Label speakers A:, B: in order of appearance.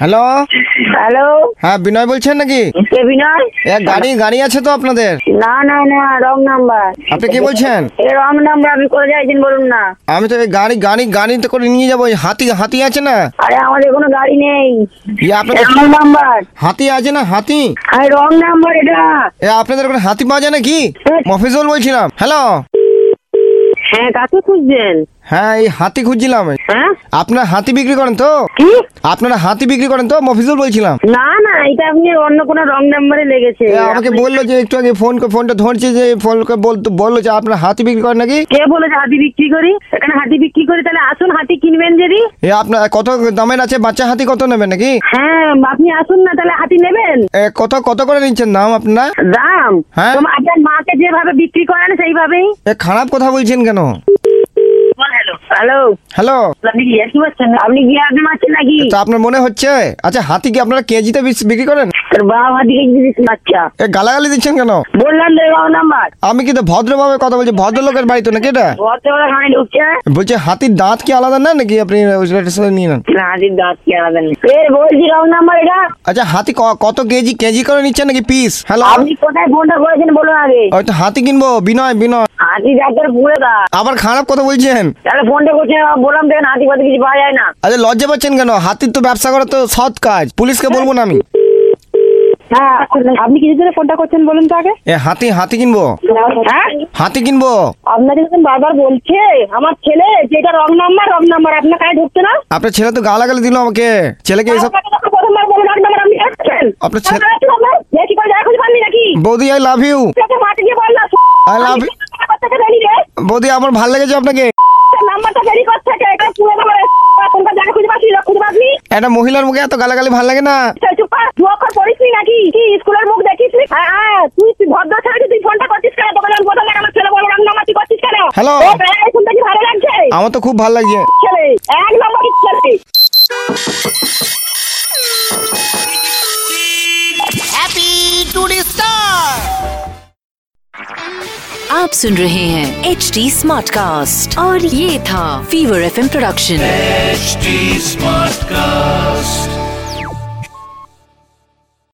A: Hello
B: hello
A: হ্যাঁ বিনয় বলছেন নাকি
B: কে বিনয়
A: এ গাড়ি গাড়ি আছে তো আপনাদের
B: না না না রং নাম্বার
A: আপনি কি বলছেন
B: এ রং নাম্বার আপনি করে যাইছেন বলুন না
A: আমি তো এই গাড়ি গাড়ি গাড়িতে করে নিয়ে যাবো এই হাতি হাতি আছে না
B: আরে আমাদের কোনো গাড়ি নেই
A: ইয়ে আপনাদের
B: রং নাম্বার
A: হাতি আছে না হাতি
B: আরে রং নাম্বার এটা
A: এ আপনাদের ওখানে হাতি পাওয়া যায় নাকি মফিজুল বলছিলাম হ্যালো
B: হ্যাঁ কাকে খুঁজছেন
A: হ্যাঁ এই হাতি খুঁজছিলাম
B: হ্যাঁ
A: আপনারা হাতি বিক্রি করেন তো
B: কি
A: আপনারা হাতি বিক্রি করেন তো মফিজুল বলছিলাম
B: না না এটা আপনি অন্য কোনো রং নাম্বারে লেগেছে
A: এ আমাকে বললো যে একটু আগে ফোন ফোনটা ধরছে যে ফোন করে বলতো বললো যে আপনারা হাতি বিক্রি করেন নাকি
B: কে বলেছে হাতি বিক্রি করি এখানে হাতি বিক্রি করি তাহলে আসুন হাতি কিনবেন যদি
A: এ আপনার কত দামের আছে বাচ্চা হাতি কত নেবেন নাকি
B: হ্যাঁ আপনি আসুন না তাহলে হাতি নেবেন
A: এ কত কত করে নিচ্ছেন দাম আপনারা
B: দাম
A: হ্যাঁ।
B: তোমার- আপনার মাকে যেভাবে বিক্রি করেন সেইভাবেই
A: এ খারাপ কথা বলছেন কেন
B: হ্যালো
A: হ্যালো
B: আপনি কি ইয়ার্কি মারছেন আপনি কি ইয়ার্কি মারছেন নাকি
A: তো আপনার মনে হচ্ছে আচ্ছা হাতি কি আপনারা কেজিতে বিস- বিক্রি করেন
B: তোর বাবা দিকে জিনিস বাচ্চা
A: এ গালাগালি দিচ্ছেন কেন
B: বললাম তো রং নাম্বার
A: আমি কিন্তু ভদ্রভাবে কথা বলছি ভদ্রলোকের বাড়ি তো নাকি এটা
B: ভদ্রবেলা খানে ঢুকছে
A: বলছে হাতির দাঁত কি আলাদা না নাকি আপনি ওই সেটা- সেটা নিয়ে নেন
B: না হাতির দাঁত কি আলাদা নেই এর বলছি রং নাম্বার এটা
A: আচ্ছা হাতি ক- কত কেজি কেজি করে নিচ্ছেন নাকি পিস হ্যালো
B: আপনি কোথায় ফোনটা করেছেন বলুন আগে
A: ওই তো হাতি কিনবো বিনয় বিনয়
B: হাতি ডাক্তার পুরে দা
A: আবার খারাপ কথা বলছেন
B: তাহলে ফোনটা করছেন আমার বললাম দেখেন হাতি ফাতি কিছু পাওয়া যায় না
A: আচ্ছা লজ্জা পাচ্ছেন কেন হাতির তো ব্যবসা করা তো সৎ কাজ পুলিশকে বলবো না আমি
B: হ্যাঁ আপনি কিছু ধরে ফোনটা করছেন বলুন তো আগে
A: এ হাতি হাতি কিনবো
B: হ্যাঁ
A: হাতি কিনবো
B: আপনাকে যখন বারবার বলছে আমার ছেলে যে এটা রং নাম্বার রং নাম্বার আপনার কাছে ঢুকছে না
A: আপনার ছেলে তো গালাগালি দিল আমাকে ছেলেকে এইসব
B: আপনাকে যখন প্রথমবার বললাম রং নাম্বার আপনি ঢুকছেন।
A: আপনার ছে-
B: আপনার ছেলে আপনার যে কি করে দেখা খুঁজে পাননি নাকি
A: বৌদি আই লাভ ইউ
B: তোকে মাটি দিয়ে বললাম
A: I love you. বৌদি আমার ভাল লেগেছে আপনাকে
B: নাম্বারটা ভেরি করছে কে? এটা পুরো তোমার তোমরা জায়গা খুঁজে পাচ্ছি না খুঁজে পাচ্ছি
A: একটা মহিলার মুখে এত গালাগালি ভাল লাগে না
B: সেই চুপ কর তুই অক্ষর পড়িস নি নাকি কি স্কুলের মুখ দেখিস নি? হ্যাঁ, হ্যাঁ, তুই তুই ভদ্র ছেলে তুই ফোনটা করছিস কেন তোকে যখন প্রথম আমার ছেলে বলে রান্না আমার তুই করছিস কেন
A: Hello?
B: ও, প্রায় শুনতে কি ভালো লাগছে
A: আমার তো খুব ভাল লাগছে
B: ছেলে এক নম্বর কি ছেলে
C: आप सुन रहे हैं एच डी स्मार्ट कास्ट और ये था fever F production
D: HD Smartcast.